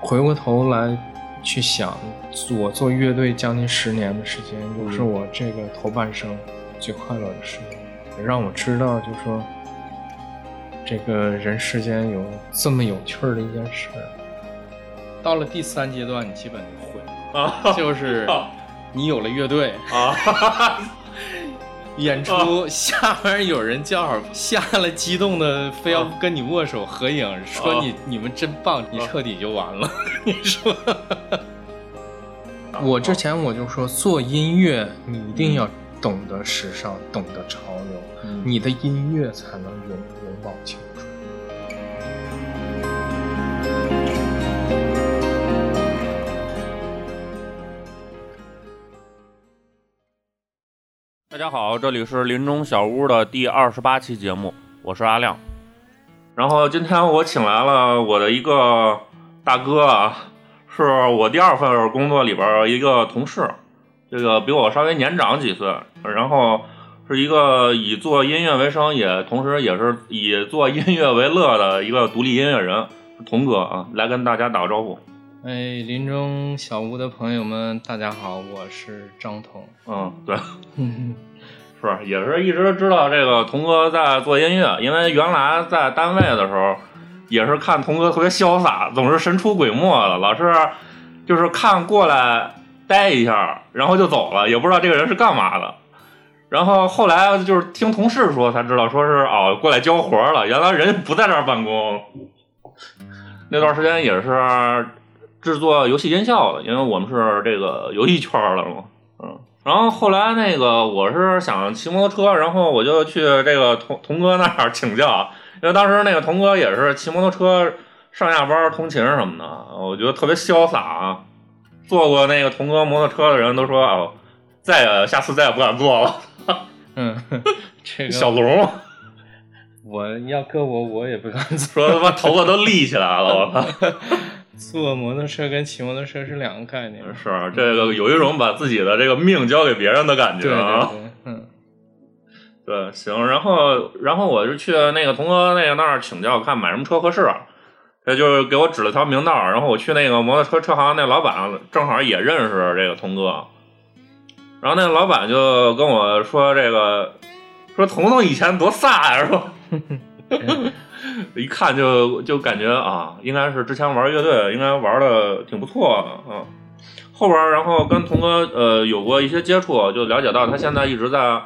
回过头来去想，我做乐队将近十年的时间，嗯就是我这个头半生最快乐的时光，也让我知道，就说这个人世间有这么有趣儿的一件事儿。到了第三阶段，你基本就会了，啊就是你有了乐队，啊，演出下面有人叫好，下来激动的非要啊跟你握手合影，说你你们真棒，你啊彻底就完了。你 说，我之前我就说，做音乐你一定要懂得时尚，懂得潮流，你的音乐才能永永葆青春。大家好，这里是林中小屋的第二十八期节目，我是阿亮。然后今天我请来了我的一个大哥啊，是我第二份工作里边儿一个同事，这个比我稍微年长几岁，然后是一个以做音乐为生，也同时也是以做音乐为乐的一个独立音乐人，童哥啊，来跟大家打个招呼。哎，林中小屋的朋友们，大家好，我是张 彤。嗯嗯，对。是，也是一直知道这个童哥在做音乐，因为原来在单位的时候，也是看童哥特别潇洒，总是神出鬼没的，老是就是看过来待一下，然后就走了，也不知道这个人是干嘛的。然后后来就是听同事说才知道，说是哦过来交活了，原来人不在这儿办公。那段时间也是制作游戏音效的，因为我们是这个游戏圈儿的嘛。然后后来那个我是想骑摩托车，然后我就去这个童童哥那儿请教，因为当时那个童哥也是骑摩托车上下班通勤什么的，我觉得特别潇洒啊。坐过那个童哥摩托车的人都说哦，再也下次再也不敢坐了。嗯，这小个龙我要搁我我也不敢做。说他妈头发都立起来了，我操！坐摩托车跟骑摩托车是两个概念。是啊这个有一种把自己的这个命交给别人的感觉对啊。对对，嗯对，行，然后然后我就去那个童哥那个那儿请教，看买什么车合适。啊他就给我指了条明道儿，然后我去那个摩托车车行，那老板正好也认识这个童哥，然后那老板就跟我说这个，说彤彤以前多飒呀、说 一看就就感觉啊，应该是之前玩乐队，应该玩的挺不错的，嗯。后边儿然后跟童哥呃有过一些接触，就了解到他现在一直在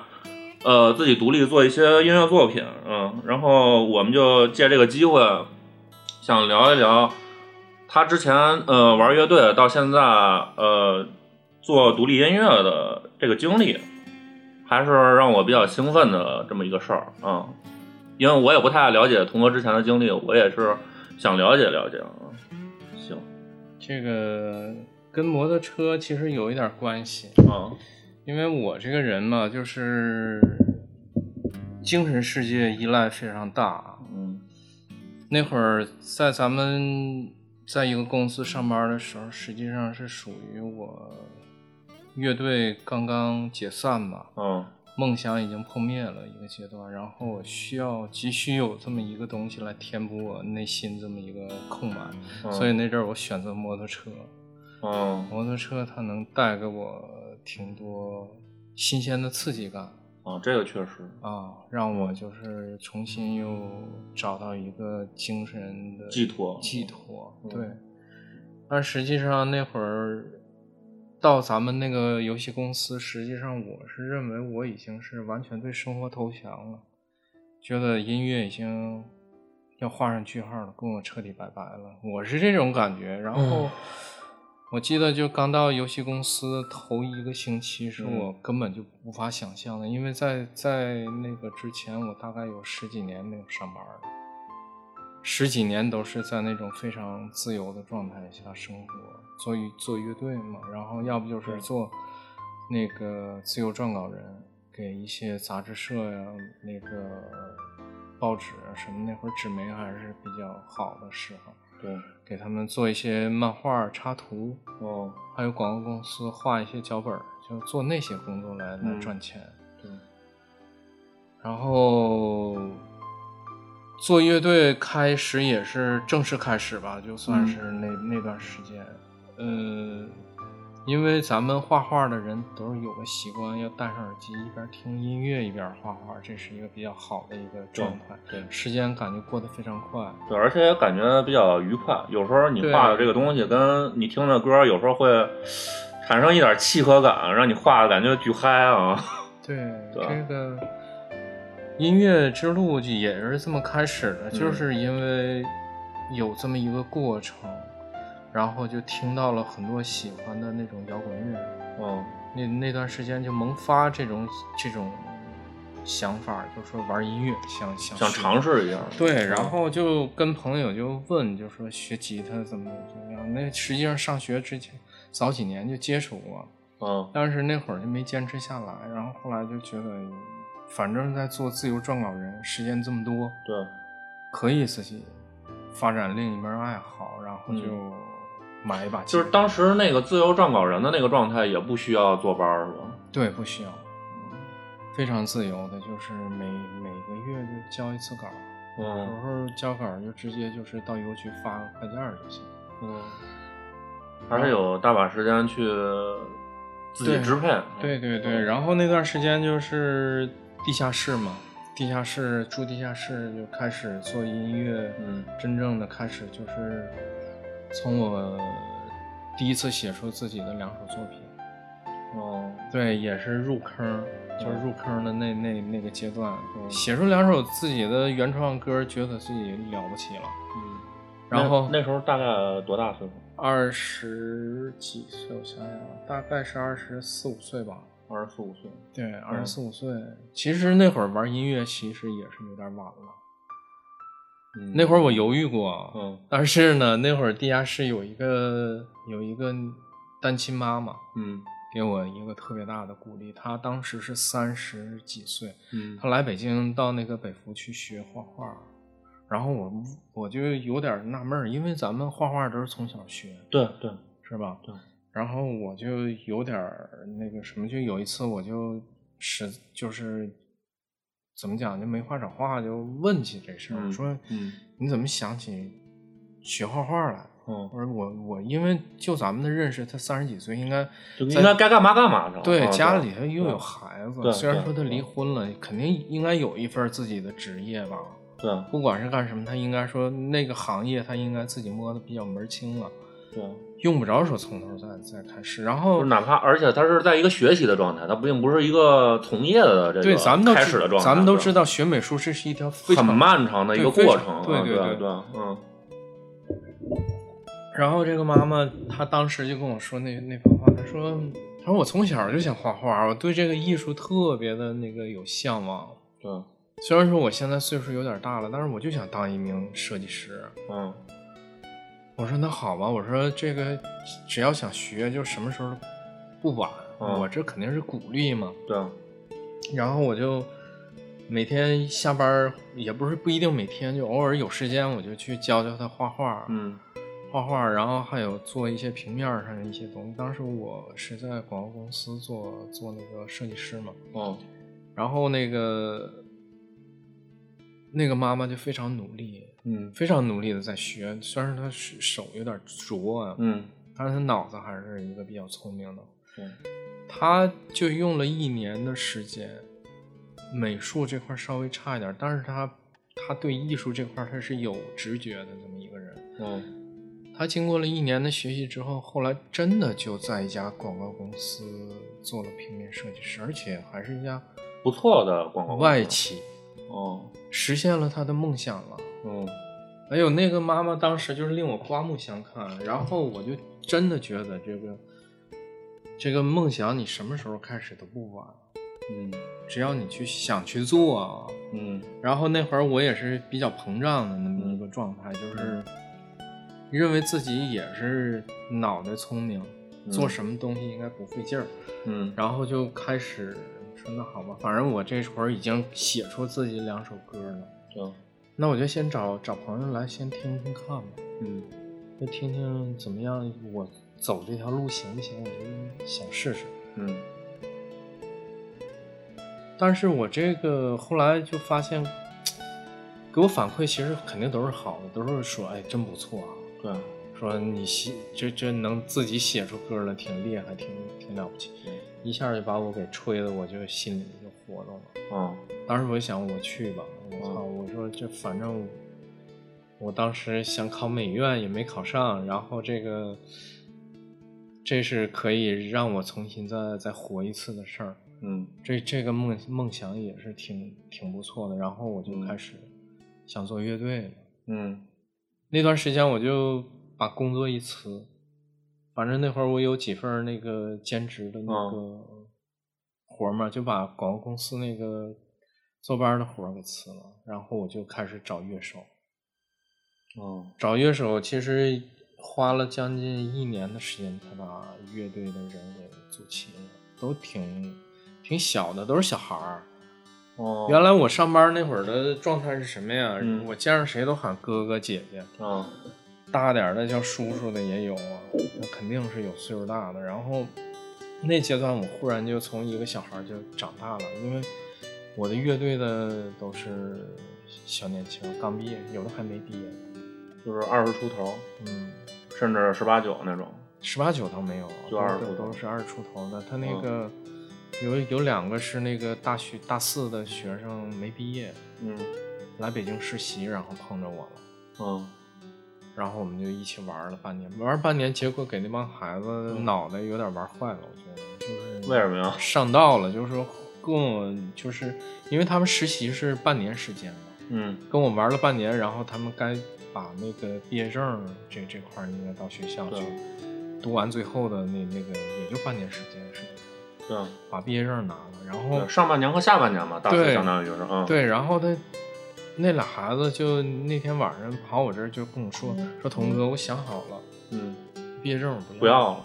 呃自己独立做一些音乐作品，嗯，然后我们就借这个机会想聊一聊他之前呃玩乐队到现在呃做独立音乐的这个经历，还是让我比较兴奋的这么一个事儿啊、嗯，因为我也不太了解童哥之前的经历，我也是想了解了解啊。行，这个跟摩托车其实有一点关系，啊，因为我这个人嘛，就是精神世界依赖非常大。嗯那会儿在咱们在一个公司上班的时候，实际上是属于我乐队刚刚解散嘛，嗯梦想已经破灭了一个阶段，然后我需要急需有这么一个东西来填补我内心这么一个空白，嗯，所以那阵儿我选择摩托车。嗯摩托车它能带给我挺多新鲜的刺激感啊，这个确实，啊，让我就是重新又找到一个精神的寄托寄托嗯对。但实际上那会儿到咱们那个游戏公司，实际上我是认为我已经是完全对生活投降了，觉得音乐已经要画上句号了，跟我彻底拜拜了。我是这种感觉。然后嗯我记得就刚到游戏公司头一个星期，是嗯我根本就无法想象的，因为在在那个之前，我大概有十几年没有上班了。十几年都是在那种非常自由的状态下生活，做乐做乐队嘛，然后要不就是对做那个自由撰稿人，给一些杂志社呀、那个报纸啊什么，那会儿纸媒还是比较好的时候，对，给他们做一些漫画插图，哦，还有广告公司画一些脚本儿，就做那些工作来来嗯赚钱。对，然后做乐队开始也是正式开始吧，就算嗯是那、那段时间，呃，因为咱们画画的人都是有个习惯，要戴上耳机，一边听音乐一边画画，这是一个比较好的一个状态。对时间感觉过得非常快，对，而且也感觉比较愉快。有时候你对画的这个东西跟你听的歌，有时候会产生一点契合感，让你画的感觉巨嗨啊！对，对这个音乐之路就也是这么开始的，就是因为有这么一个过程，然后就听到了很多喜欢的那种摇滚乐，嗯，那那段时间就萌发这种这种想法，就是说玩音乐，想想想尝试一下。对，然后就跟朋友就问，就说学吉他怎么怎么样。那实际上上学之前早几年就接触过，嗯但是那会儿就没坚持下来，然后后来就觉得，反正在做自由撰稿人，时间这么多，对，可以自己发展另一门爱好，然后就买一把吉嗯就他。是当时那个自由撰稿人的那个状态，也不需要坐班儿是吧？嗯对，不需要，非常自由的，就是每每个月就交一次稿，有时嗯候交稿就直接就是到邮局发个快件儿就行。嗯，还是有大把时间去自己对支配。对对嗯对，然后那段时间就是地下室嘛，地下室住地下室就开始做音乐，嗯真正的开始就是从我第一次写出自己的两首作品，哦，对，也是入坑，就是入坑的那那那个阶段，嗯写出两首自己的原创歌，觉得自己了不起了。嗯，然后那那时候大概多大岁数？二十几岁，我想想啊，大概是二十四五岁吧。嗯二十四五岁。对，二十四五岁。其实那会儿玩音乐，其实也是有点晚了。嗯那会儿我犹豫过，嗯但是呢，那会儿地下室有一个有一个单亲妈妈嗯给我一个特别大的鼓励。她当时是三十几岁，嗯她来北京到那个北服去学画画，然后我我就有点纳闷儿，因为咱们画画都是从小学，对对，是吧？对。然后我就有点儿那个什么，就有一次我就实就是怎么讲，就没话找话，就问起这事儿，我嗯说嗯你怎么想起学画画来？嗯，我说我我因为就咱们的认识，他三十几岁，应该就在应该该干嘛干嘛是吧？对啊家里头又有哦对孩子，对虽然对说他对离婚了，肯定应该有一份自己的职业吧。对不管是干什么，他应该说那个行业，他应该自己摸的比较门儿清了。对，用不着说从头再再开始。然就后是哪怕而且他是在一个学习的状态，他并不是一个从业的这个对，咱们都开知始的状态，咱们都知道道学美术这是一条非很常。漫长的一个对非过常程啊，对对对对嗯然后这个妈妈她当时就跟我说那那番话，她说她说我从小就想画画，我对这个艺术特别的那个有向往。对，嗯虽然说我现在岁数有点大了，但是我就想当一名设计师。嗯我说那好吧，我说这个只要想学，就什么时候都不晚。嗯我这肯定是鼓励嘛。对，然后我就每天下班儿也不是不一定每天，就偶尔有时间我就去教教他画画，嗯画画，然后还有做一些平面儿上的一些东西。当时我是在广告公司做做那个设计师嘛，哦然后那个那个妈妈就非常努力，嗯非常努力的在学，虽然她手手有点拙啊，嗯但是她脑子还是一个比较聪明的。对他就用了一年的时间，美术这块稍微差一点，但是他他对艺术这块他是有直觉的这么一个人。嗯他经过了一年的学习之后，后来真的就在一家广告公司做了平面设计师，而且还是一家嗯不错的广告公司外企，哦实现了他的梦想了。嗯哎呦，那个妈妈当时就是令我刮目相看，然后我就真的觉得这个这个梦想你什么时候开始都不晚。嗯只要你去想去做啊。嗯然后那会儿我也是比较膨胀的那么一个状态，就是认为自己也是脑袋聪明，嗯做什么东西应该不费劲儿。嗯然后就开始说那好吧，反正我这会儿已经写出自己两首歌了，嗯对那我就先找找朋友来先听听看吧，嗯就听听怎么样，我走这条路行不行？我就想试试。嗯但是我这个后来就发现，给我反馈其实肯定都是好的，都是说哎真不错啊，对，说你写这这能自己写出歌来，挺厉害，挺挺了不起，一下就把我给吹的，我就心里就活动了。嗯当时我就想我去吧，我操！嗯我说这反正我当时想考美院也没考上，然后这个这是可以让我重新再再活一次的事儿，嗯这这个梦梦想也是挺挺不错的。然后我就嗯开始想做乐队了。嗯那段时间我就把工作一辞，反正那会儿我有几份儿那个兼职的嗯那个活儿嘛，就把广告公司那个坐班儿的活儿给辞了，然后我就开始找乐手。哦找乐手其实花了将近一年的时间才把乐队的人给组齐了，都挺挺小的，都是小孩儿。哦，原来我上班那会儿的状态是什么呀？嗯我见着谁都喊哥哥姐姐。啊大点儿的叫叔叔的也有啊，那肯定是有岁数大的。然后那阶段我忽然就从一个小孩儿就长大了，因为我的乐队的都是小年轻，刚毕业，有的还没毕业。就是二十出头，嗯，甚至十八九那种。十八九倒没有啊，就都20出头嗯都是二十出头的。他那个、有有两个是那个大学大四的学生没毕业，嗯来北京实习，然后碰着我了。嗯然后我们就一起玩了半年，玩了半年，结果给那帮孩子嗯脑袋有点玩坏了，我觉得就是为什么呀？上道了，就是说跟我就是因为他们实习是半年时间嘛，嗯跟我玩了半年，然后他们该把那个毕业证这这块儿应该到学校去对读完最后的那那个也就半年时间时间，对啊把毕业证拿了，然后对，上半年和下半年嘛，大四对相当于就是嗯对，然后他那俩孩子就那天晚上跑我这儿就跟我说说童哥，我想好了。嗯毕业证我不要了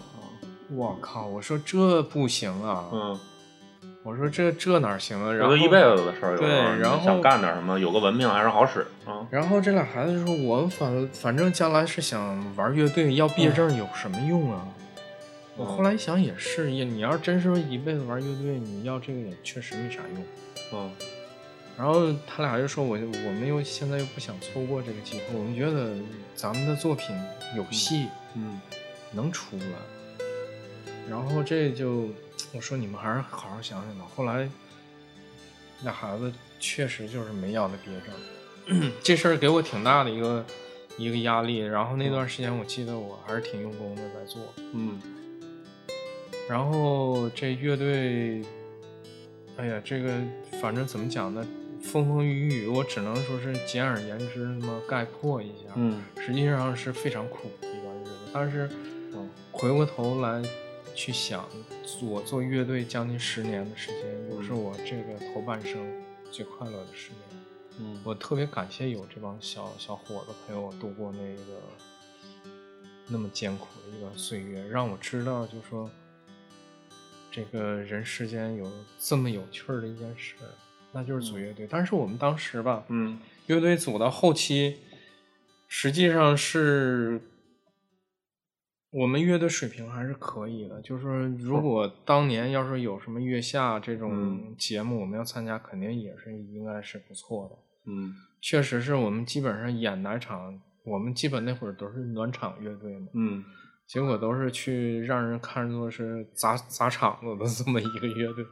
我靠！我说这不行啊！嗯，我我说这这哪行啊？觉然后得一辈子的事儿，有时候对你然后想干点什么，有个文凭还是好使啊。然后这俩孩子说，我反反正将来是想玩乐队，要毕嗯业证有什么用啊？我后来一想也是，也你要真是一辈子玩乐队，你要这个也确实没啥用。嗯然后他俩就说我我们又现在又不想错过这个机会，我们觉得咱们的作品有戏。嗯能出来。然后这就我说你们还是好好想想吧。后来那孩子确实就是没要那毕业证， 这事儿给我挺大的一个一个压力。然后那段时间我记得我还是挺用功的在做。嗯然后这乐队，哎呀，这个反正怎么讲呢，风风雨雨，我只能说是简而言之那么概括一下。嗯实际上是非常苦的一段日子。但是嗯回过头来去想，我做乐队将近十年的时间，又是我这个头半生最快乐的十年。嗯，我特别感谢有这帮小小伙子陪我度过那个那么艰苦的一段岁月，让我知道，就说这个人世间有这么有趣儿的一件事，那就是组乐队。但是我们当时吧，嗯乐队组到后期，实际上是我们乐队水平还是可以的。就是说，如果当年要是有什么月下这种嗯节目，我们要参加，肯定也是应该是不错的。嗯确实是我们基本上演哪场，我们基本那会儿都是暖场乐队嘛，嗯结果都是去让人看作是砸砸场子的这么一个乐队。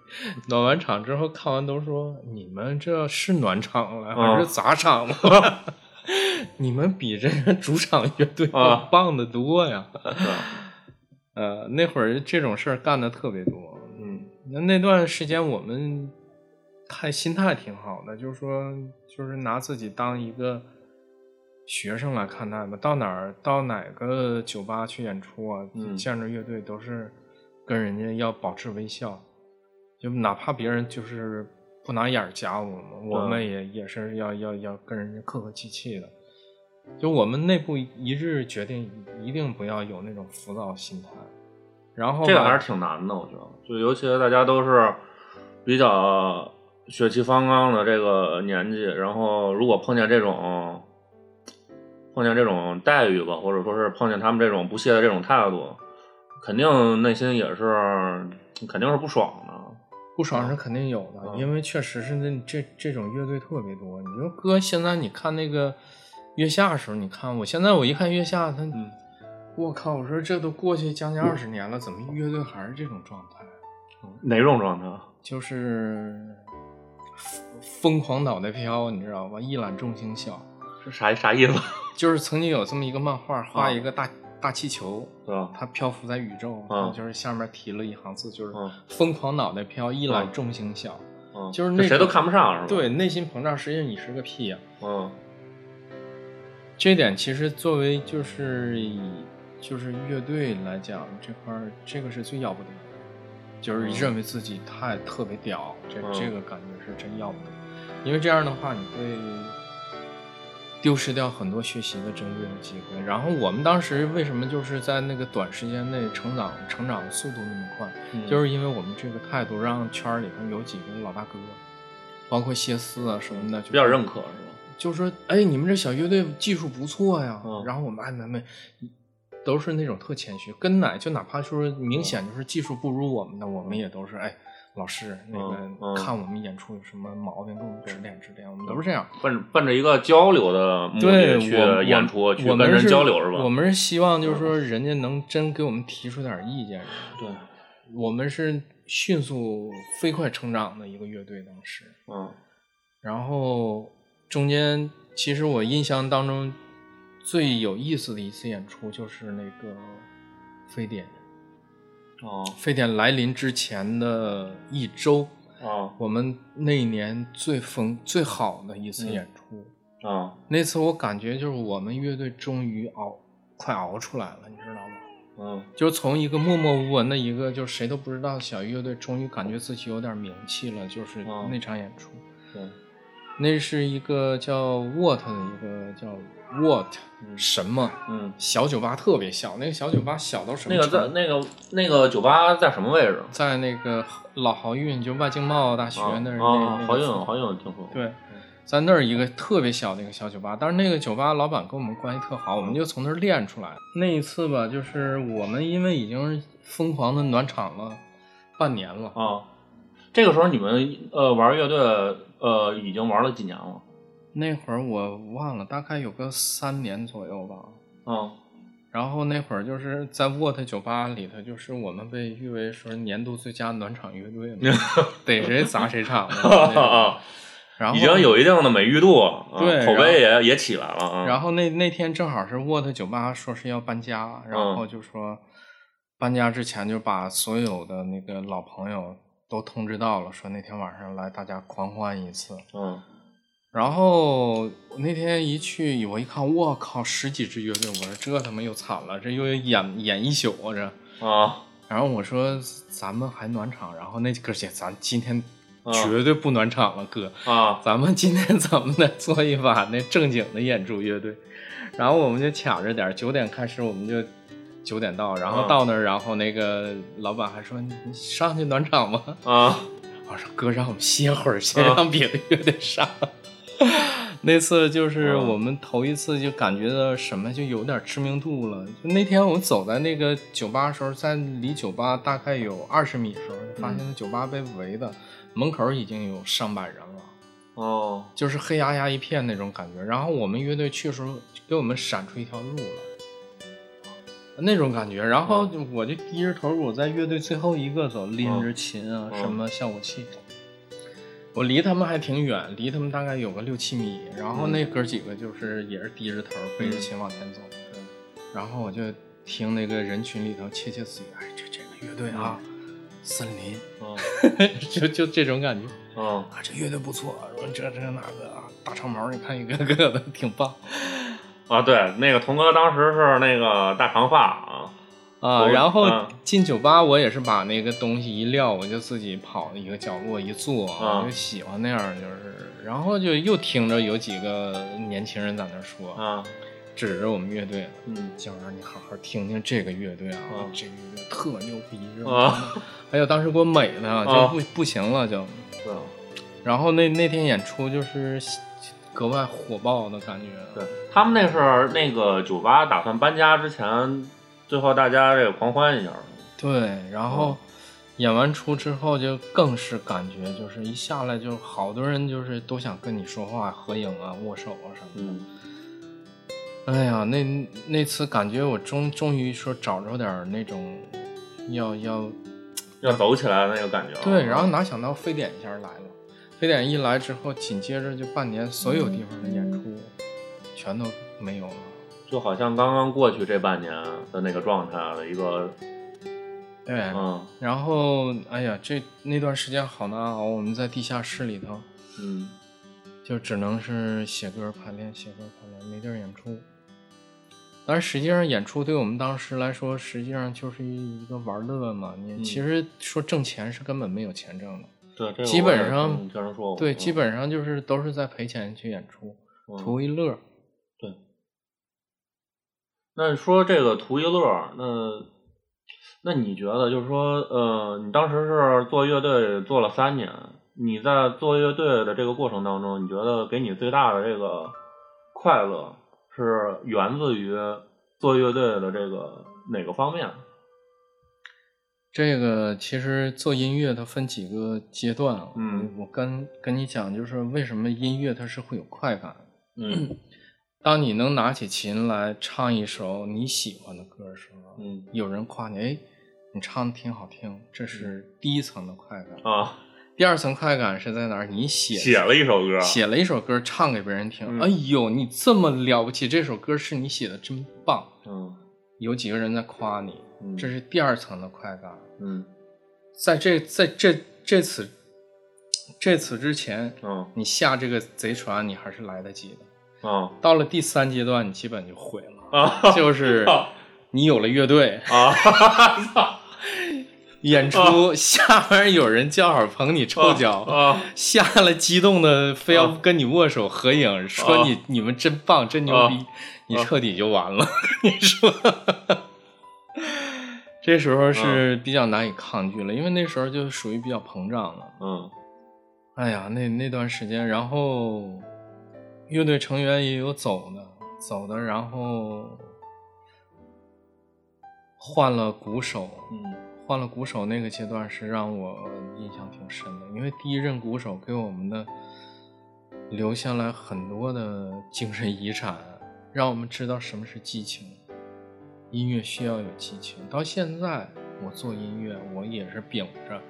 暖完场之后，看完都说你们这是暖场了还是啊砸场了？ 你们比这个主场乐队要啊棒得多呀！对啊呃，那会儿这种事儿干的特别多。嗯那那段时间我们还心态挺好的，就是说，就是拿自己当一个学生来看待吧。到哪儿到哪个酒吧去演出啊，嗯见着乐队都是跟人家要保持微笑，就哪怕别人就是不拿眼儿夹我们，我嗯们也也是要要要跟人家客客气气的。就我们内部一致决定，一定不要有那种浮躁心态。然后这个吧还是挺难的，我觉得，就尤其大家都是比较血气方刚的这个年纪，然后如果碰见这种碰见这种待遇吧，或者说是碰见他们这种不屑的这种态度，肯定内心也是肯定是不爽的。不爽是肯定有的，嗯因为确实是那这这种乐队特别多。你说哥，现在你看那个月下的时候，你看我现在我一看月下，他，嗯我靠，我说这都过去将近二十年了，怎么乐队还是这种状态？哪种状态？啊就是疯狂脑袋飘，你知道吧？一览众星小。是啥啥意思？啊就是曾经有这么一个漫画，画一个大、大气球， 是吧？它漂浮在宇宙，嗯然后就是下面提了一行字，就是嗯“疯狂脑袋飘，一览嗯众星小”嗯，就是那这谁都种看不上是吧？，对，内心膨胀，实际上你是个屁呀、嗯这点其实作为就是以就是乐队来讲，这块儿这个是最要不得的，就是嗯认为自己太特别屌，这、嗯这个感觉是真要不得，因为这样的话你会丢失掉很多学习的珍贵的机会。然后我们当时为什么就是在那个短时间内成长成长速度那么快，嗯就是因为我们这个态度让圈儿里头有几个老大哥，包括谢斯啊什么的，就比较是认可是吧？就说：“哎，你们这小乐队技术不错呀。嗯然后我们哎没没，都是那种特谦虚，跟奶就哪怕说明显就是技术不如我们的，我们也都是哎，老师那个、嗯嗯看我们演出有什么毛病，给我们指点指点，我们都是这样。奔奔着一个交流的目对，的我去我演出，去我跟们人是交流是吧？嗯我们是希望就是说人家能真给我们提出点意见，对，我们是迅速飞快成长的一个乐队，当时。嗯然后中间，其实我印象当中最有意思的一次演出就是那个非典，哦非典来临之前的一周，哦我们那一年最疯最好的一次演出。哦那次我感觉就是我们乐队终于熬，快熬出来了，你知道吗？嗯就从一个默默无闻的一个，就谁都不知道的小乐队，终于感觉自己有点名气了，就是嗯那场演出。对那是一个叫 What 的一个叫 What 嗯什么嗯，小酒吧，特别小。那个小酒吧小到什么那个程度？在那个那个酒吧在什么位置？在那个老豪运，就外经贸大学啊那儿、那啊，那好个像附好像听说过。对，在那儿一个特别小的一个小酒吧，但是那个酒吧老板跟我们关系特好，我们就从那儿练出来。那一次吧，就是我们因为已经疯狂的暖场了半年了，啊，这个时候你们呃玩乐队呃已经玩了几年了？那会儿我忘了，大概有个三年左右吧。嗯啊然后那会儿就是在 What 酒吧里头，就是我们被誉为说年度最佳暖场乐队 嘛，逮谁砸谁场的那种。啊，然后已经有一定的美誉度，啊对口然后碑也也起来了啊。然后那那天正好是 What 酒吧说是要搬家，然嗯后就说搬家之前就把所有的那个老朋友都通知到了，说那天晚上来大家狂欢一次。嗯然后我那天一去，我一看，我靠，十几支乐队，我说这他妈又惨了，这又要演演一宿啊这。啊然后我说咱们还暖场，然后那哥姐，咱今天啊绝对不暖场了，哥，啊咱们今天咱们再做一把那正经的演出乐队。然后我们就卡着点儿，九点开始我们就九点到，然后嗯到那儿，然后那个老板还说你你上去暖场吧。啊我说哥，让我们歇会儿，先嗯让别的乐队上。 那次就是嗯我们头一次就感觉到什么就有点知名度了。就那天我走在那个酒吧的时候，在离酒吧大概有二十米的时候，就嗯发现那酒吧被围的，门口已经有上百人了，哦就是黑压压一片那种感觉。然后我们乐队去的时候，给我们闪出一条路来。那种感觉，然嗯后我就低着头，我在乐队最后一个走，拎着琴啊，嗯什么效果器，我离他们还挺远，离他们大概有个六七米。然嗯后那哥几个就是也是低着头背着琴往前走，嗯然后我就听那个人群里头窃窃私语，哎，这这个乐队啊，森林， 嗯就就这种感觉嗯啊，这乐队不错，说这这那个啊，大长毛，你看一个个的挺棒啊，对，那个童哥当时是那个大长发啊。啊。我然后嗯进酒吧，我也是把那个东西一撂，我就自己跑一个角落一坐，啊嗯我就喜欢那样，就是，然后就又听着有几个年轻人在那说，啊，指着我们乐队，嗯姜文，你好好听听这个乐队啊，啊这个乐队特牛逼，是吧？啊，哎呦，当时给我美的就啊不、不行了就。对然后那那天演出就是格外火爆的感觉，啊对，他们那是那个酒吧打算搬家之前，最后大家这个狂欢一下，对然后演完出之后就更是感觉就是一下来就好多人就是都想跟你说话、合影啊、握手啊什么的。嗯哎呀，那那次感觉我终终于说找着点儿那种要要要走起来的那个感觉啊。对，然后哪想到非典一下来了，非典一来之后，紧接着就半年所有地方的演出全都没有了。就好像刚刚过去这半年的那个状态的一个，对，嗯然后哎呀，这那段时间好难熬，我们在地下室里头嗯就只能是写歌排练，写歌排练，没地儿演出。但是实际上，演出对我们当时来说，实际上就是一个玩乐嘛。你嗯其实说挣钱是根本没有钱挣的，对，这个基本上我也听听人说过，对，嗯基本上就是都是在赔钱去演出，嗯图一乐。那说这个图一乐儿，那那你觉得就是说，呃，你当时是做乐队做了三年，你在做乐队的这个过程当中，你觉得给你最大的这个快乐是源自于做乐队的这个哪个方面？这个其实做音乐它分几个阶段啊，嗯我跟跟你讲，就是为什么音乐它是会有快感。嗯当你能拿起琴来唱一首你喜欢的歌的时候，啊嗯有人夸你，哎，你唱的挺好听，这嗯是第一层的快感。啊，第二层快感是在哪儿？你写写了一首歌，写了一首歌，唱给别人听，嗯哎呦，你这么了不起，这首歌是你写的，真棒。嗯有几个人在夸你，嗯，这是第二层的快感。嗯在这在这这此这此之前，嗯你下这个贼船，你还是来得及的。嗯到了第三阶段，你基本就毁了， 啊就是你有了乐队，啊，操演出 下面有人叫好捧你臭脚，啊下来激动的非要跟你握手合影，说你你们真棒，真牛逼，你彻底就完了。 你说，这时候是比较难以抗拒了，因为那时候就属于比较膨胀了。嗯哎呀，那那段时间，然后乐队成员也有走的，走的，然后换了鼓手，嗯换了鼓手那个阶段是让我印象挺深的，因为第一任鼓手给我们的留下来很多的精神遗产，让我们知道什么是激情。音乐需要有激情。到现在我做音乐，我也是秉着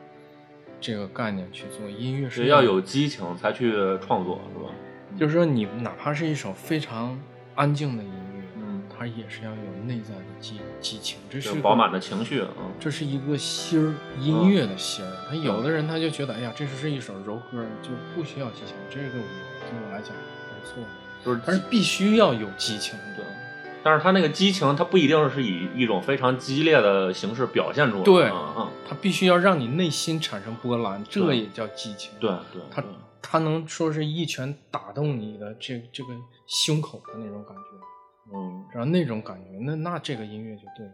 这个概念去做音乐，是是要有，激情才去创作，是吧？就是说你哪怕是一首非常安静的音乐，嗯，它也是要有内在的激激情，这是有个饱满的情绪，嗯这是一个心儿，音乐的心儿。他有的人他就觉得，哎呀，这是一首柔歌，就不需要激情。这个我对我来讲不错，就是但是必须要有激情。对，但是他那个激情，他不一定是以一种非常激烈的形式表现出来，对嗯嗯，他必须要让你内心产生波澜，这对也叫激情。对对，他对他能说是一拳打动你的这这个胸口的那种感觉。嗯然后那种感觉，那那这个音乐就对了。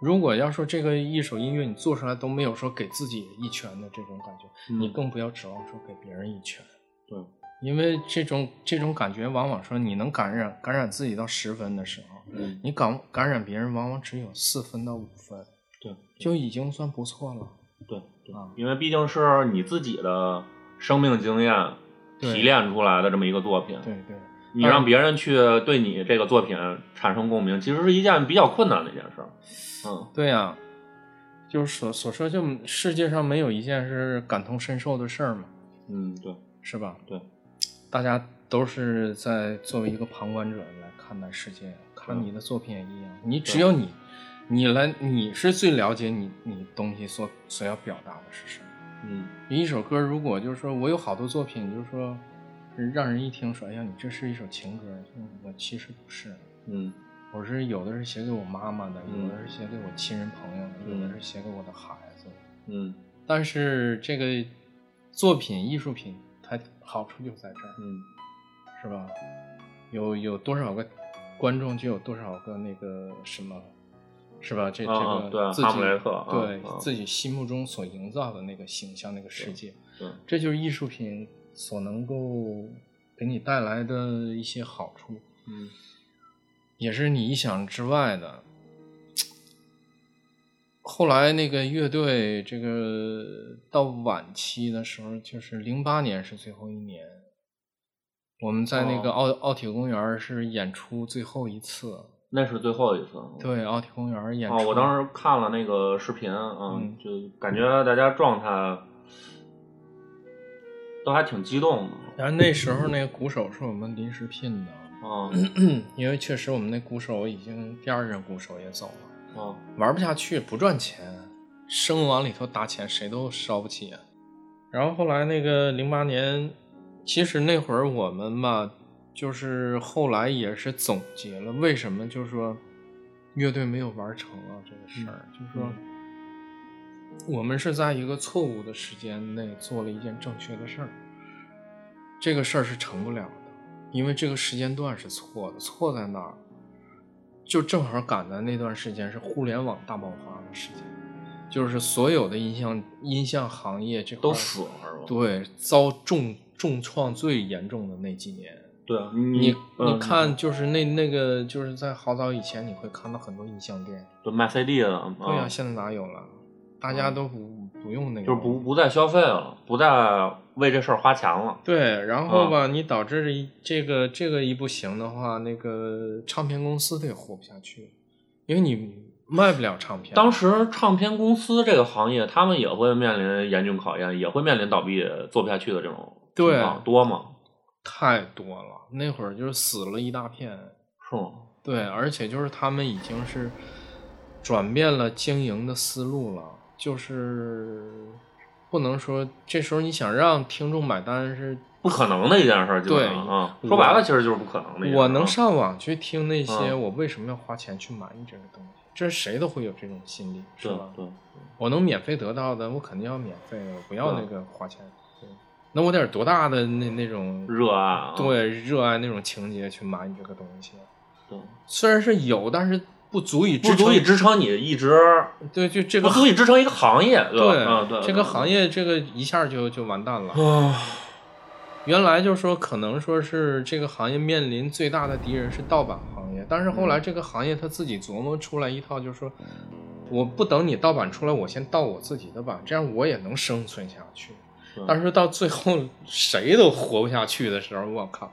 如果要说这个一首音乐你做出来都没有说给自己一拳的这种感觉，嗯你更不嗯要指望说给别人一拳。对，因为这种这种感觉，往往说你能感染感染自己到十分的时候，嗯你感感染别人往往只有四分到五分，对就已经算不错了。对对啊，因为毕竟是你自己的生命经验对提炼出来的这么一个作品，对对，你让别人去对你这个作品产生共鸣，其实是一件比较困难的一件事儿，嗯对呀、就是所所说，就世界上没有一件是感同身受的事儿嘛。嗯对，是吧？对，大家都是在作为一个旁观者来看待世界，看对你的作品也一样。你只有你，你来，你是最了解你你东西所所要表达的是什么。嗯你一首歌，如果就是说我有好多作品，就是说让人一听说，哎呀，你这是一首情歌，嗯我其实不是。嗯我是有的是写给我妈妈的，嗯有的是写给我亲人朋友的，嗯有的是写给我的孩子的。嗯但是这个作品、艺术品，它好处就在这儿，嗯是吧？有有多少个观众，就有多少个那个什么，是吧？这这啊啊个对自己哈姆雷特啊对啊自己心目中所营造的那个形象、那个世界，对这就是艺术品所能够给你带来的一些好处，嗯也是你意想之外的。后来那个乐队，这个到晚期的时候，就是零八年是最后一年，我们在那个哦奥、奥体公园是演出最后一次，那是最后一次。对，奥体公园演出。哦，我当时看了那个视频，嗯嗯，就感觉大家状态都还挺激动的。然后那时候那个鼓手是我们临时聘的， 嗯因为确实我们那鼓手已经第二任鼓手也走了，嗯，玩不下去，不赚钱，生往里头打钱，谁都烧不起啊。然后后来那个零八年，其实那会儿我们吧，就是后来也是总结了为什么就是说乐队没有玩成啊这个事儿，就是说。我们是在一个错误的时间内做了一件正确的事儿，这个事儿是成不了的，因为这个时间段是错的，错在哪儿？就正好赶在那段时间是互联网大爆发的时间，就是所有的音像音像行业这块都儿死了是吧？对遭重重创最严重的那几年，对啊，你你你嗯看就是那那个就是在好早以前你会看到很多音像店，对卖 CD 的，嗯对啊呀、现在哪有了？大家都不不用那个，啊就是不不再消费了，不再为这事儿花钱了。对，然啊后吧，你导致这一这个这个一不行的话，那个唱片公司它也活不下去，因为你卖不了唱片。当时唱片公司这个行业，他们也会面临严峻考验，也会面临倒闭、做不下去的这种对情况多吗？太多了，那会儿就是死了一大片。是吗？对，而且就是他们已经是转变了经营的思路了，就是不能说这时候你想让听众买单是不可能的一件事儿，基本上对啊，我说白了其实就是不可能的一件事儿。啊我能上网去听那些，嗯我为什么要花钱去买你这个东西？这谁都会有这种心理，是对吧？对，我能免费得到的，我肯定要免费，我不啊要那个花钱。那我得有多大的那那种热爱啊，对热爱那种情节去买你这个东西？对，虽然是有，但是不足以支不撑足以支撑你一直，对，就这不个足以支撑一个行业，对吧？嗯，对，对这个行业这个一下就就完蛋了。啊，原来就说可能说是这个行业面临最大的敌人是盗版行业，但是后来嗯这个行业他自己琢磨出来一套，就是说我不等你盗版出来，我先盗我自己的版，这样我也能生存下去。对但是到最后谁都活不下去的时候，我靠，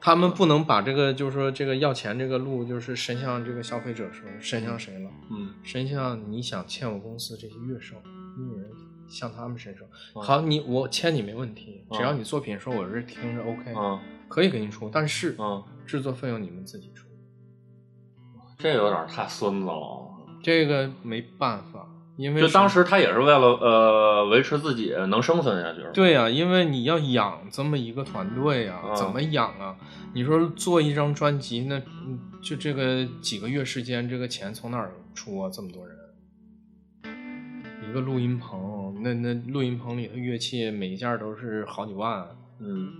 他们不能把这个就是说这个要钱这个路就是伸向这个消费者时候，伸向谁了？嗯，伸向你想欠我公司这些乐手、艺人，向他们伸手。嗯好，你我签你没问题，嗯只要你作品说我是听着 OK，、嗯可以给你出，但是嗯，制作费用你们自己出，这有点太孙子了。啊这个没办法，因为就是当时他也是为了呃维持自己能生存下去，是吧，对呀、啊因为你要养这么一个团队呀、嗯怎么养啊？你说做一张专辑，那嗯就这个几个月时间，这个钱从哪儿出啊？这么多人，一个录音棚，那那录音棚里的乐器每一件儿都是好几万，嗯，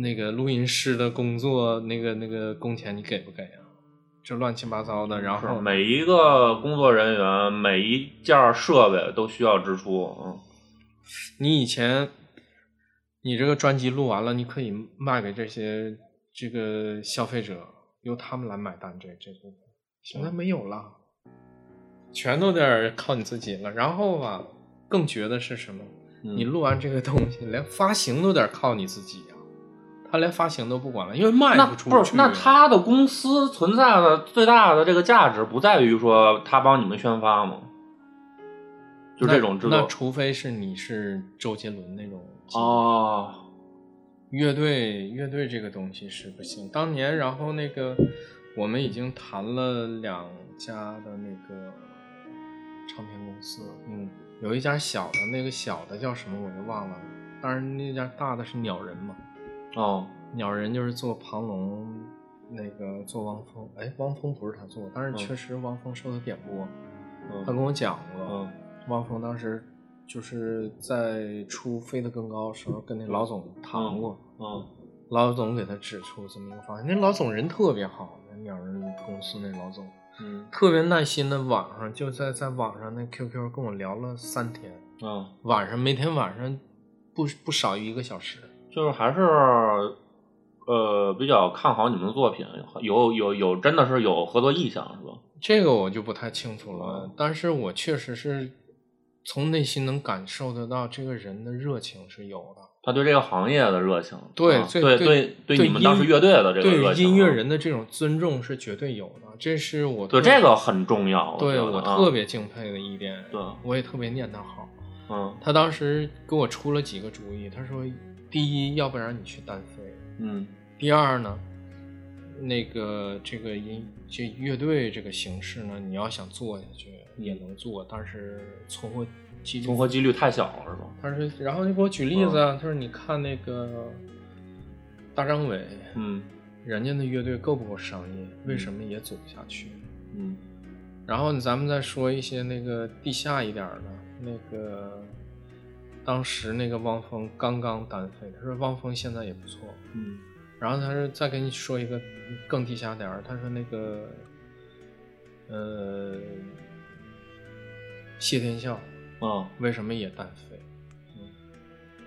那个录音师的工作，那个那个工钱你给不给啊？这乱七八糟的，然是后每一个工作人员每一件设备都需要支出，嗯，你以前你这个专辑录完了，你可以卖给这些这个消费者，由他们来买单这这部分。现在没有了，全都得靠你自己了。然后吧，更绝的是什么？嗯你录完这个东西，连发行都得靠你自己呀、他连发行都不管了，因为卖那出不去啊是，那呀他的公司存在的最大的这个价值，不在于说他帮你们宣发吗？就这种制那，那度除非是你是周杰伦那种级别哦，乐队乐队这个东西是不行。当年，然后那个我们已经谈了两家的那个唱片公司，嗯，有一家小的，那个小的叫什么我就忘了，但是那家大的是鸟人嘛，哦，鸟人就是做庞龙，那个做汪峰，哎，汪峰不是他做，但嗯是确实汪峰受他点拨，嗯他跟我讲过，嗯汪峰当时就是在出《飞得更高》时候跟那老总谈过。嗯老总给他指出这么一个方向。那老总人特别好，那鸟人公司那老总嗯特别耐心的，晚上就在在网上那 QQ 跟我聊了三天，嗯，晚上每天晚上不不少于一个小时。就是还是呃比较看好你们的作品，有有有真的是有合作意向是吧？这个我就不太清楚哦了，但是我确实是从内心能感受得到这个人的热情是有的。他对这个行业的热情，对啊最对对对，对你们音当时乐队的这个热对情啊，音乐人的这种尊重是绝对有的，这是我对特这个很重要。对我我觉得啊特别敬佩的一点。对我也特别念他好。嗯他当时给我出了几个主意，他说：第一，要不然你去单飞；嗯第二呢，那个这个音这乐队这个形式呢，你要想做下去也能做，但是存活几率重合几率太小了，是吧？他说，然后就给我举例子啊，他说你看那个大张伟，嗯人家的乐队够不够商业？为什么也走不下去？嗯然后咱们再说一些那个地下一点儿的，那个当时那个汪峰刚刚单飞，他说汪峰现在也不错。嗯然后他说再跟你说一个更地下点儿，他说那个呃谢天笑啊，为什么也单飞？嗯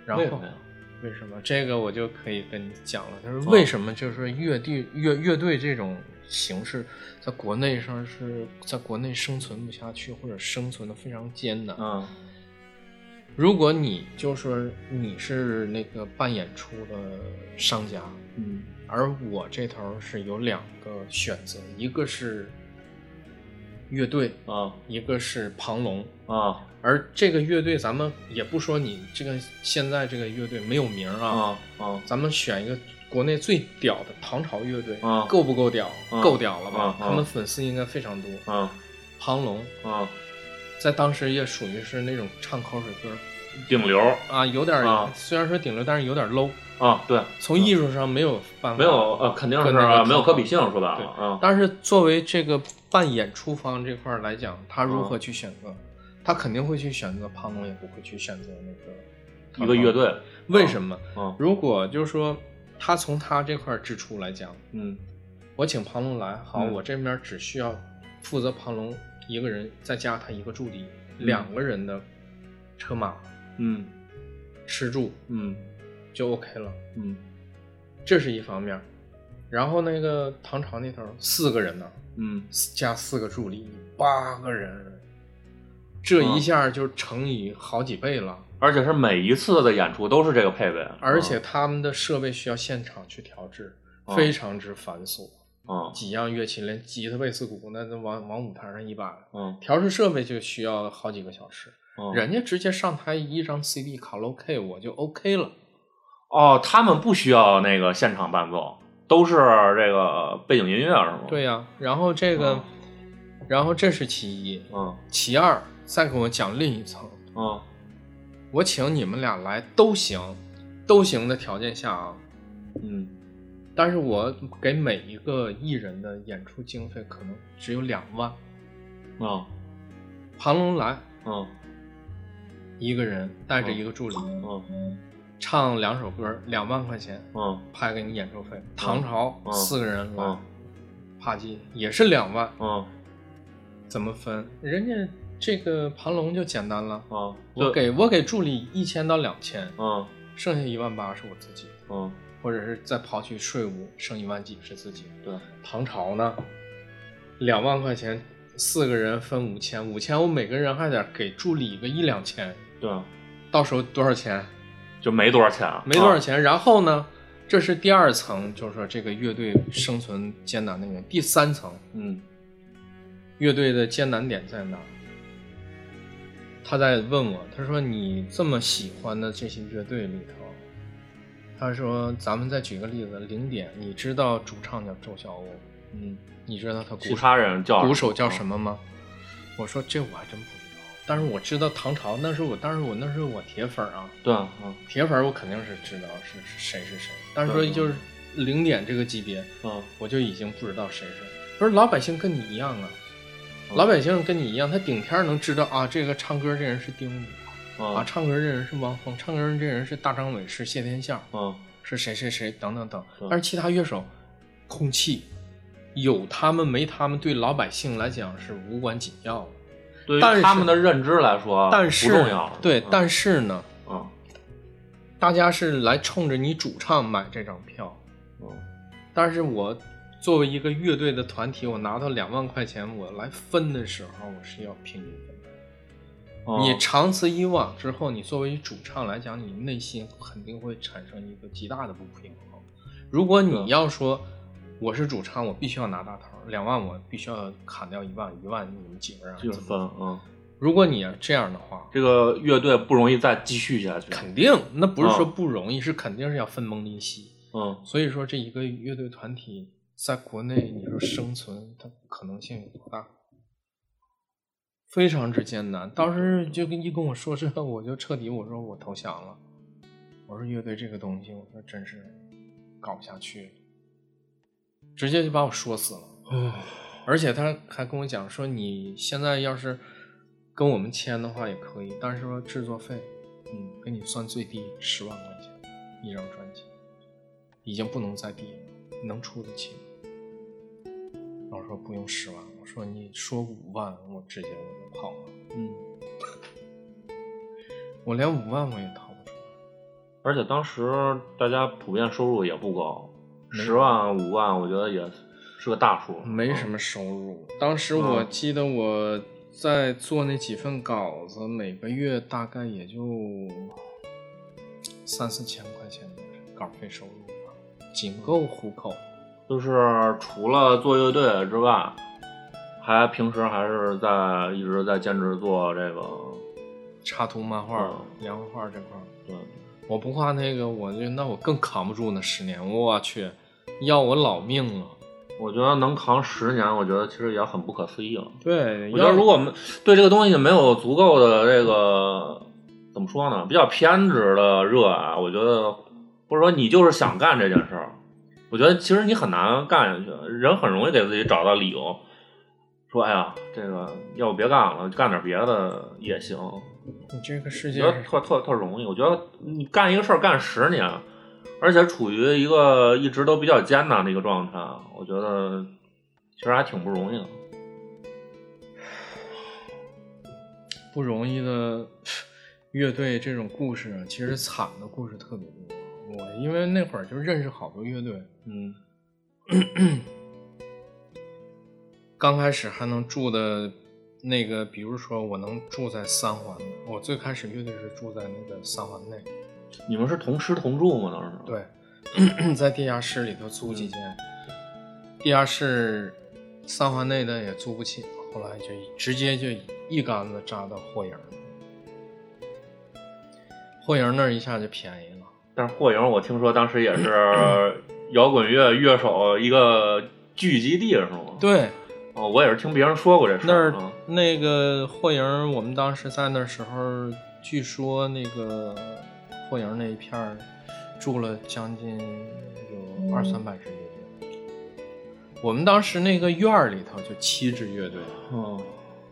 然为后什么呀为什么？这个我就可以跟你讲了。就是为什么，就是说乐队乐乐队这种形式，在国内上是在国内生存不下去，或者生存的非常艰难。嗯如果你就是说你是那个办演出的商家，嗯而我这头是有两个选择，一个是乐队，啊一个是庞龙。啊而这个乐队，咱们也不说你这个现在这个乐队没有名儿啊啊咱们选一个国内最屌的唐朝乐队，啊够不够屌？啊够屌了吧？啊啊他们粉丝应该非常多。啊庞龙啊，在当时也属于是那种唱口水歌顶流啊，有点、啊虽然说顶流，但是有点 low，啊，对，从艺术上没有办法。没有呃，肯定是跟那个啊没有抗衡可比性，说白对了啊，但是作为这个办演出方这块儿来讲，他如啊何去选择？他肯定会去选择庞龙，也不会去选择那个一个乐队，为什么？啊如果就是说他从他这块儿支出来讲，嗯我请庞龙来，好，嗯我这边只需要负责庞龙一个人，再加他一个助理，嗯两个人的车马嗯吃住嗯就 OK 了，嗯这是一方面。然后那个唐朝那头四个人呢，嗯四加四个助理，八个人，这嗯一下就乘以好几倍了。而且是每一次的演出都是这个配备，而且他们的设备需要现场去调制，啊非常之繁琐。啊几样乐器，连吉他、贝斯、鼓，那都往往舞台上一摆，嗯调试设备就需要好几个小时，嗯，人家直接上台一张 CD 卡拉 OK 我就 OK 了。哦，他们不需要那个现场伴奏，都是这个背景音乐啊是吗？对，呀、然后这个，哦然后这是其一，嗯其二再给我讲另一层，嗯我请你们俩来都行，都行的条件下啊，嗯但是我给每一个艺人的演出经费可能只有两万，嗯庞龙来嗯一个人带着一个助理、嗯唱两首歌，两万块钱。嗯拍给你演出费。唐朝、嗯四个人来嗯，帕基也是两万，嗯怎么分？人家这个盘龙就简单了，嗯，我对给我给助理一千到两千，嗯剩下一万八是我自己的，嗯或者是再刨去税务，剩一万几是自己的。对，唐朝呢，两万块钱。四个人分五千，五千我每个人还得给助理个一两千，对，到时候多少钱？就没多少钱，没多少啊，钱。然后呢，这是第二层，就是说这个乐队生存艰难的原因。第三层，嗯乐队的艰难点在哪？他在问我，他说你这么喜欢的这些乐队里头，他说咱们再举个例子，零点，你知道主唱叫周晓鸥，嗯，你知道他鼓其他人啊叫鼓手叫什么？么吗？我说这我还真不知道，但是我知道唐朝，那时候我，但是我那时候我铁粉儿啊，对，嗯铁粉儿我肯定是知道是是谁是谁，但是说对对就是零点这个级别，嗯我就已经不知道谁是谁。不是老百姓跟你一样啊，嗯老百姓跟你一样，他顶天儿能知道啊，这个唱歌这人是丁武啊，嗯唱歌这人是汪峰，唱歌这人是大张伟，是谢天笑，嗯是谁谁谁等等等对。但是其他乐手，空气有他们没他们，对老百姓来讲是无关紧要的。对但是于他们的认知来说，啊但是不重要。对，嗯但是呢，嗯大家是来冲着你主唱买这张票。嗯但是我作为一个乐队的团体，我拿到两万块钱，我来分的时候，我是要平均分的。哦你长此以往之后，你作为主唱来讲，你内心肯定会产生一个极大的不平衡。如果你对要说我是主唱，我必须要拿大头，两万我必须要砍掉一万，一万你们几个人这个怎么分啊、嗯，如果你要这样的话，这个乐队不容易再继续下去。肯定那不是说嗯不容易，是肯定是要分崩离析。嗯，所以说，这一个乐队团体在国内，你说生存，它可能性有多大？非常之艰难。当时就跟一跟我说这个，我就彻底我说我投降了。我说乐队这个东西，我说真是搞不下去了，直接就把我说死了。而且他还跟我讲说，你现在要是跟我们签的话也可以，但是说制作费，嗯，给你算最低十万块钱一张专辑，已经不能再低了，能出得起吗？然后说不用十万，我说你说五万，我直接我就跑了，嗯，我连五万我也掏不出来，而且当时大家普遍收入也不高，没十万五万，我觉得也是个大数，没什嗯。么收入。当时我记得我在做那几份稿子，每个月大概也就三四千块钱的稿费收入吧，仅够糊口。就是除了做乐队之外，还平时还是在一直在兼职做这个，插图、漫画嗯、连环画这块儿，对，我不画那个，我就那我更扛不住那十年，我去，要我老命了。我觉得能扛十年，我觉得其实也很不可思议了。对，我觉得如果我们对这个东西没有足够的这个怎么说呢，比较偏执的热爱，我觉得或者说你就是想干这件事儿，我觉得其实你很难干下去。人很容易给自己找到理由，说哎呀，这个要不别干了，干点别的也行。你这个世我界觉得是特特特容易。我觉得你干一个事儿干十年，而且处于一个一直都比较艰难的一个状态，啊我觉得其实还挺不容易的。不容易的乐队这种故事啊，其实惨的故事特别多。我因为那会儿就认识好多乐队，嗯 刚开始还能住的，那个比如说我能住在三环，我最开始乐队是住在那个三环内，你们是同吃同住吗？当时？啊对，在地下室里头租几间，地下室三环内的也租不起，后来就直接就一竿子扎到霍营了，霍营那儿一下就便宜了。但是霍营，我听说当时也是 摇滚乐乐手一个聚集地，是吗？，对，哦，我也是听别人说过这事那儿。啊儿那个霍营，我们当时在那时候，据说那个霍营那一片儿住了将近有二三百支乐队。我们当时那个院儿里头就七支乐队，嗯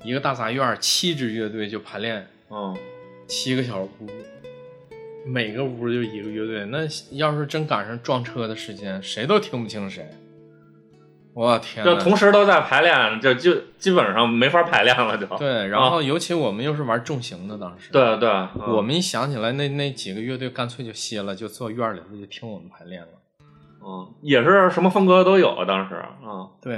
一个大杂院儿七支乐队就排练嗯七个小屋，每个屋就一个乐队。那要是真赶上撞车的时间，谁都听不清谁。我天哪！就同时都在排练，就就基本上没法排练了，就。对，然后尤其我们又是玩重型的，当时啊啊对对，嗯我们一想起来，那那几个乐队干脆就歇了，就坐院儿里头就听我们排练了。嗯也是什么风格都有，当时啊、嗯对，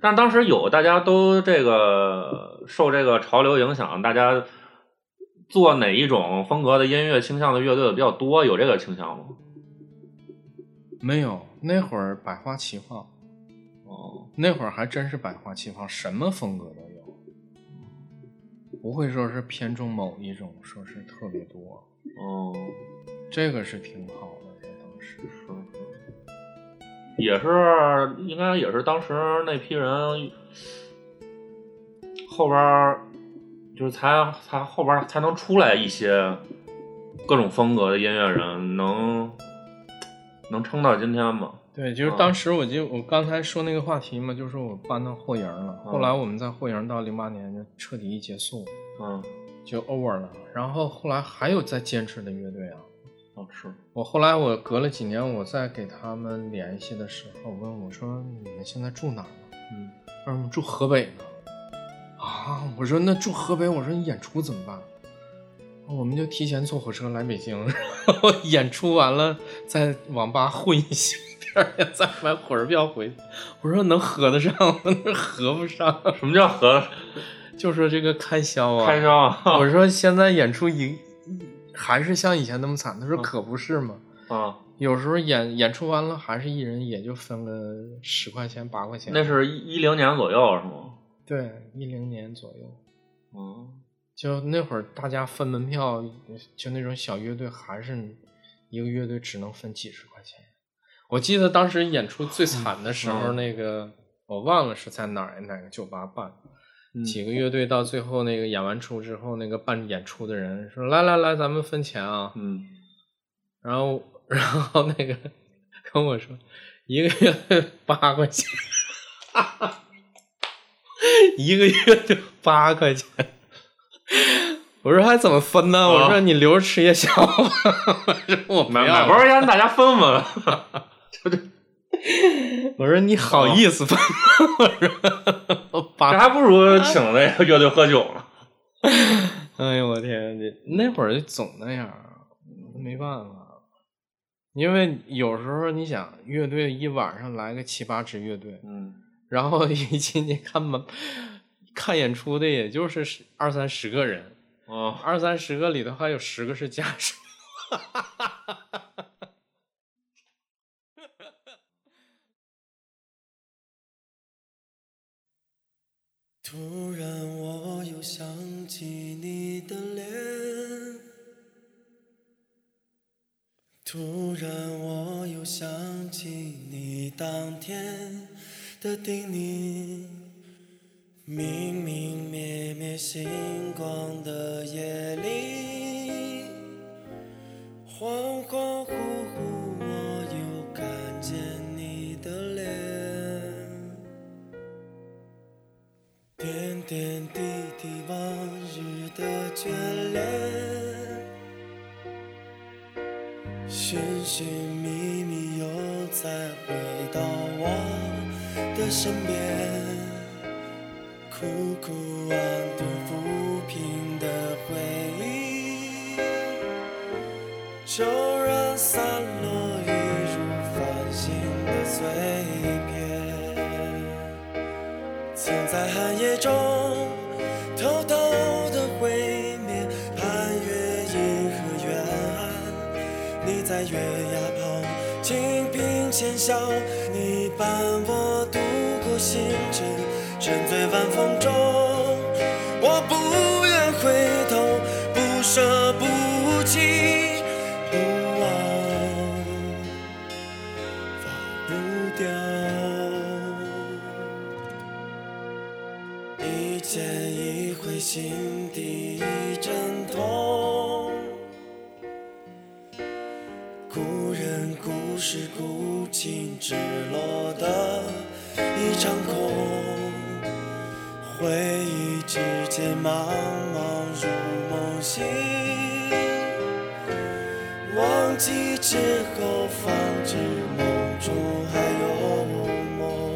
但是当时有大家都这个受这个潮流影响，大家做哪一种风格的音乐倾向的乐队的比较多，有这个倾向吗？没有那会儿百花齐放，哦，那会儿还真是百花齐放，什么风格都有，不会说是偏重某一种，说是特别多，哦、这个是挺好的。在当时也是，应该也是当时那批人后边儿，就是才才后边儿才能出来一些各种风格的音乐人，能能撑到今天吧。对，就是当时我就我刚才说那个话题嘛，就是我搬到霍营了，后来我们在霍营到零八年就彻底一结束。嗯，就 over 了。然后后来还有在坚持的乐队啊，哦是，我后来我隔了几年，我再给他们联系的时候，问我说你们现在住哪儿啊呢？嗯他说我们住河北呢。啊，我说那住河北，我说你演出怎么办？哦我们就提 前坐火车来北京，然后演出完了在网吧混一宿，十二点 再买火车票回去。我说能合得上吗？ 那合不上， 什么叫合就说这个开销啊。开销啊？我说现在演出一还是像以前那么惨，嗯他说可不是嘛，啊，有时候演演出完了还是一人也就分个十块钱八块钱。那是一零年左右是吗？对一零年左右，嗯，就那会儿大家分门票，就那种小乐队还是一个乐队只能分几十块钱。我记得当时演出最惨的时候，嗯那个我忘了是在哪儿哪个酒吧办，嗯几个乐队到最后那个演完出之后，那个办演出的人说：“来来来，咱们分钱啊。”嗯，然后然后那个跟我说一个月八块钱，一个月就八块钱。我说还怎么分呢？我说你留着吃夜宵吧。 我说我不啊买要买包烟大家分分，我说你好啊意思分 吗？我说我这八。还不如请那个乐队喝酒呢。哎呦我天，这那会儿就总那样，没办法。因为有时候你想，乐队一晚上来个七八支乐队，嗯，然后一进去看门看演出的也就是十二三十个人，哦，二三十个里头还有十个是家属。 突然，我又想起你的脸。突然，我又想起你当天的叮咛。明明灭灭星光的夜里，恍恍惚惚，我又看见你的脸。点点滴滴往日的眷恋，寻寻觅觅又再回到我的身边，苦苦安顿抚平的回忆，骤然散落一如繁星的碎片。曾在寒夜中偷偷的毁灭，攀越银河远岸。你在月牙旁轻颦浅笑，你伴我度过星辰，沉醉晚风中，我不愿回头，不舍不弃，不忘，忘不掉。一见一回，心底一阵痛。故人故事故琴只落得一场空，回忆之间茫茫如梦醒，忘记之后方知梦中还有梦。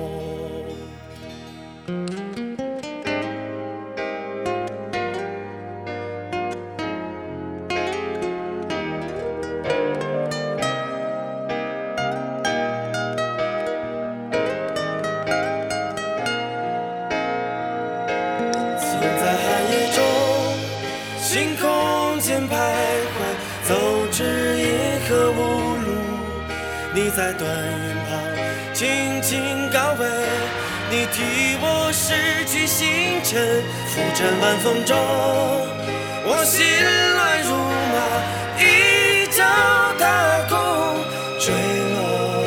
曾在寒夜中，星空间徘徊，走至银河无路。你在断云旁轻轻告慰，你替我拾起星辰，浮沉晚风中，我心乱如麻，一朝踏空坠落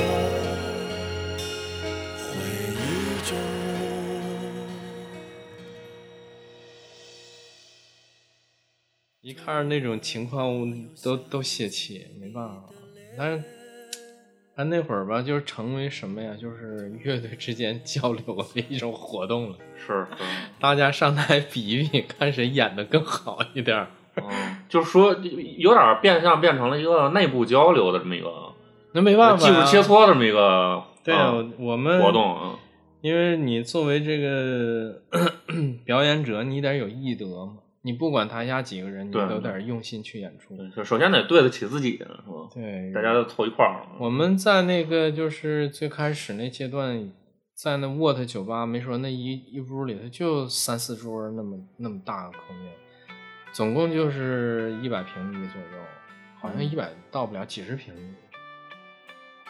回忆中。一看那种情况，我都都泄气，没办法。但是，但那会儿吧，就是成为什么呀？就是乐队之间交流的一种活动了。是是。大家上台比一比，看谁演的更好一点儿。嗯，就是说有点变相变成了一个内部交流的这么一个那没办法、啊技术切。磋的这么一个对啊啊，我们活动啊， 因为你作为这个表演者，你得有艺德嘛。你不管台下几个人，你对都得用心去演出。就首先得对得起自己，是吧？对，大家都凑一块儿，我们在那个就是最开始那阶段，在那 What 酒吧，没说那一一屋里头就三四桌那么那么大个空间，总共就是一百平米左右，好像嗯一百到不了，几十平米，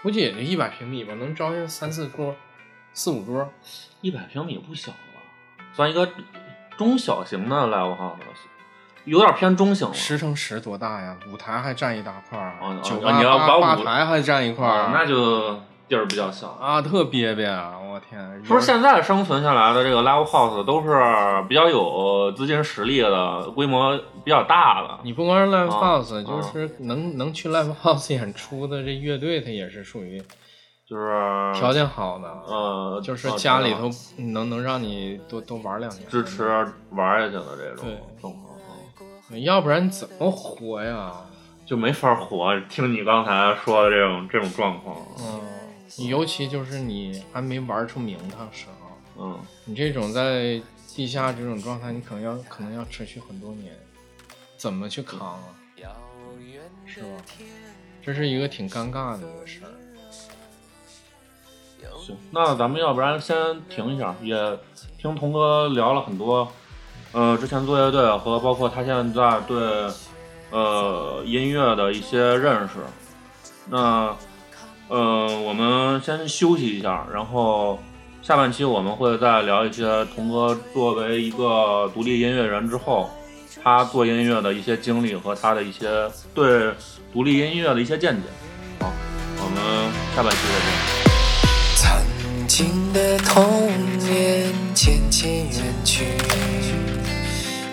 估计也就一百平米吧，能招下三四桌、四五哦桌。一百平米不小了，算一个中小型的 live house，有点偏中型了。十乘十多大呀？舞台还占一大块儿哦哦，酒吧哦你要吧把吧舞台还占一块儿啊，，那就地儿比较小。啊特憋憋啊！我天，说现在生存下来的这个 live house 都是比较有资金实力的，规模比较大的。你不光是 live 啊 house，、就是能能去 live house 演出的这乐队，它也是属于就是条件好的，呃，就是啊家里头能能让你多多玩两年，支持玩下去的这种对状况，啊嗯要不然怎么活呀？就没法活。听你刚才说的这种这种状况，嗯，你尤其就是你还没玩出名堂时候，嗯，你这种在地下这种状态，你可能要可能要持续很多年，怎么去扛啊？是吧？这是一个挺尴尬的一个事儿。行，那咱们要不然先停一下，也听童哥聊了很多，呃，之前做乐队和包括他现在对呃音乐的一些认识。那呃，我们先休息一下，然后下半期我们会再聊一些童哥作为一个独立音乐人之后，他做音乐的一些经历和他的一些对独立音乐的一些见解。好，我们下半期再见。曾经的童年渐渐远去，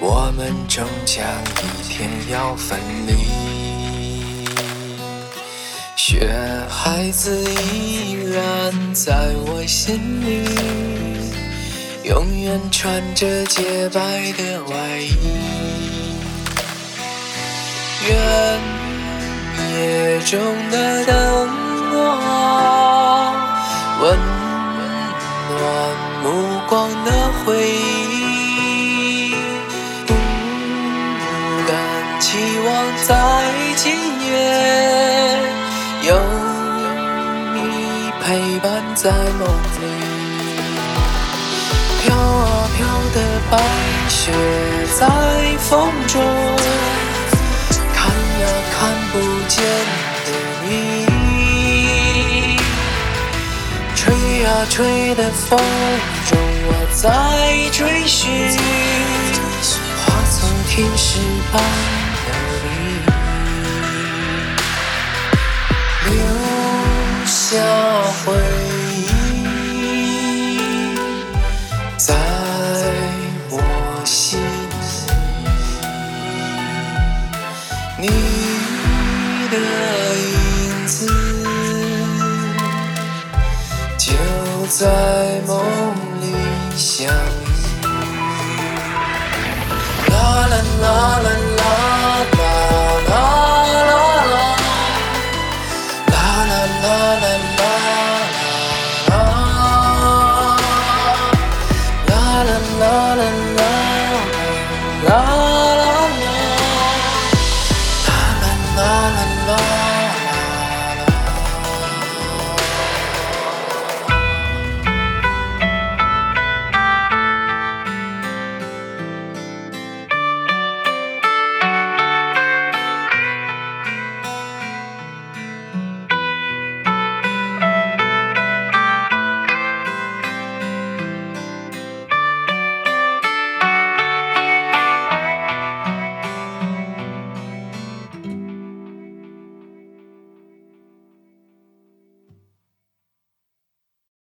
我们终将一天要分离。雪孩子依然在我心里，永远穿着洁白的外衣。愿夜中的灯火，温暖目光的回忆，不敢期望在今夜有你陪伴在梦里。飘啊飘的白雪在风中，看呀看不见的你，吹呀吹的风中，我在追寻，化作天使般的你。留下回忆，在我心里，你的影子就在梦里相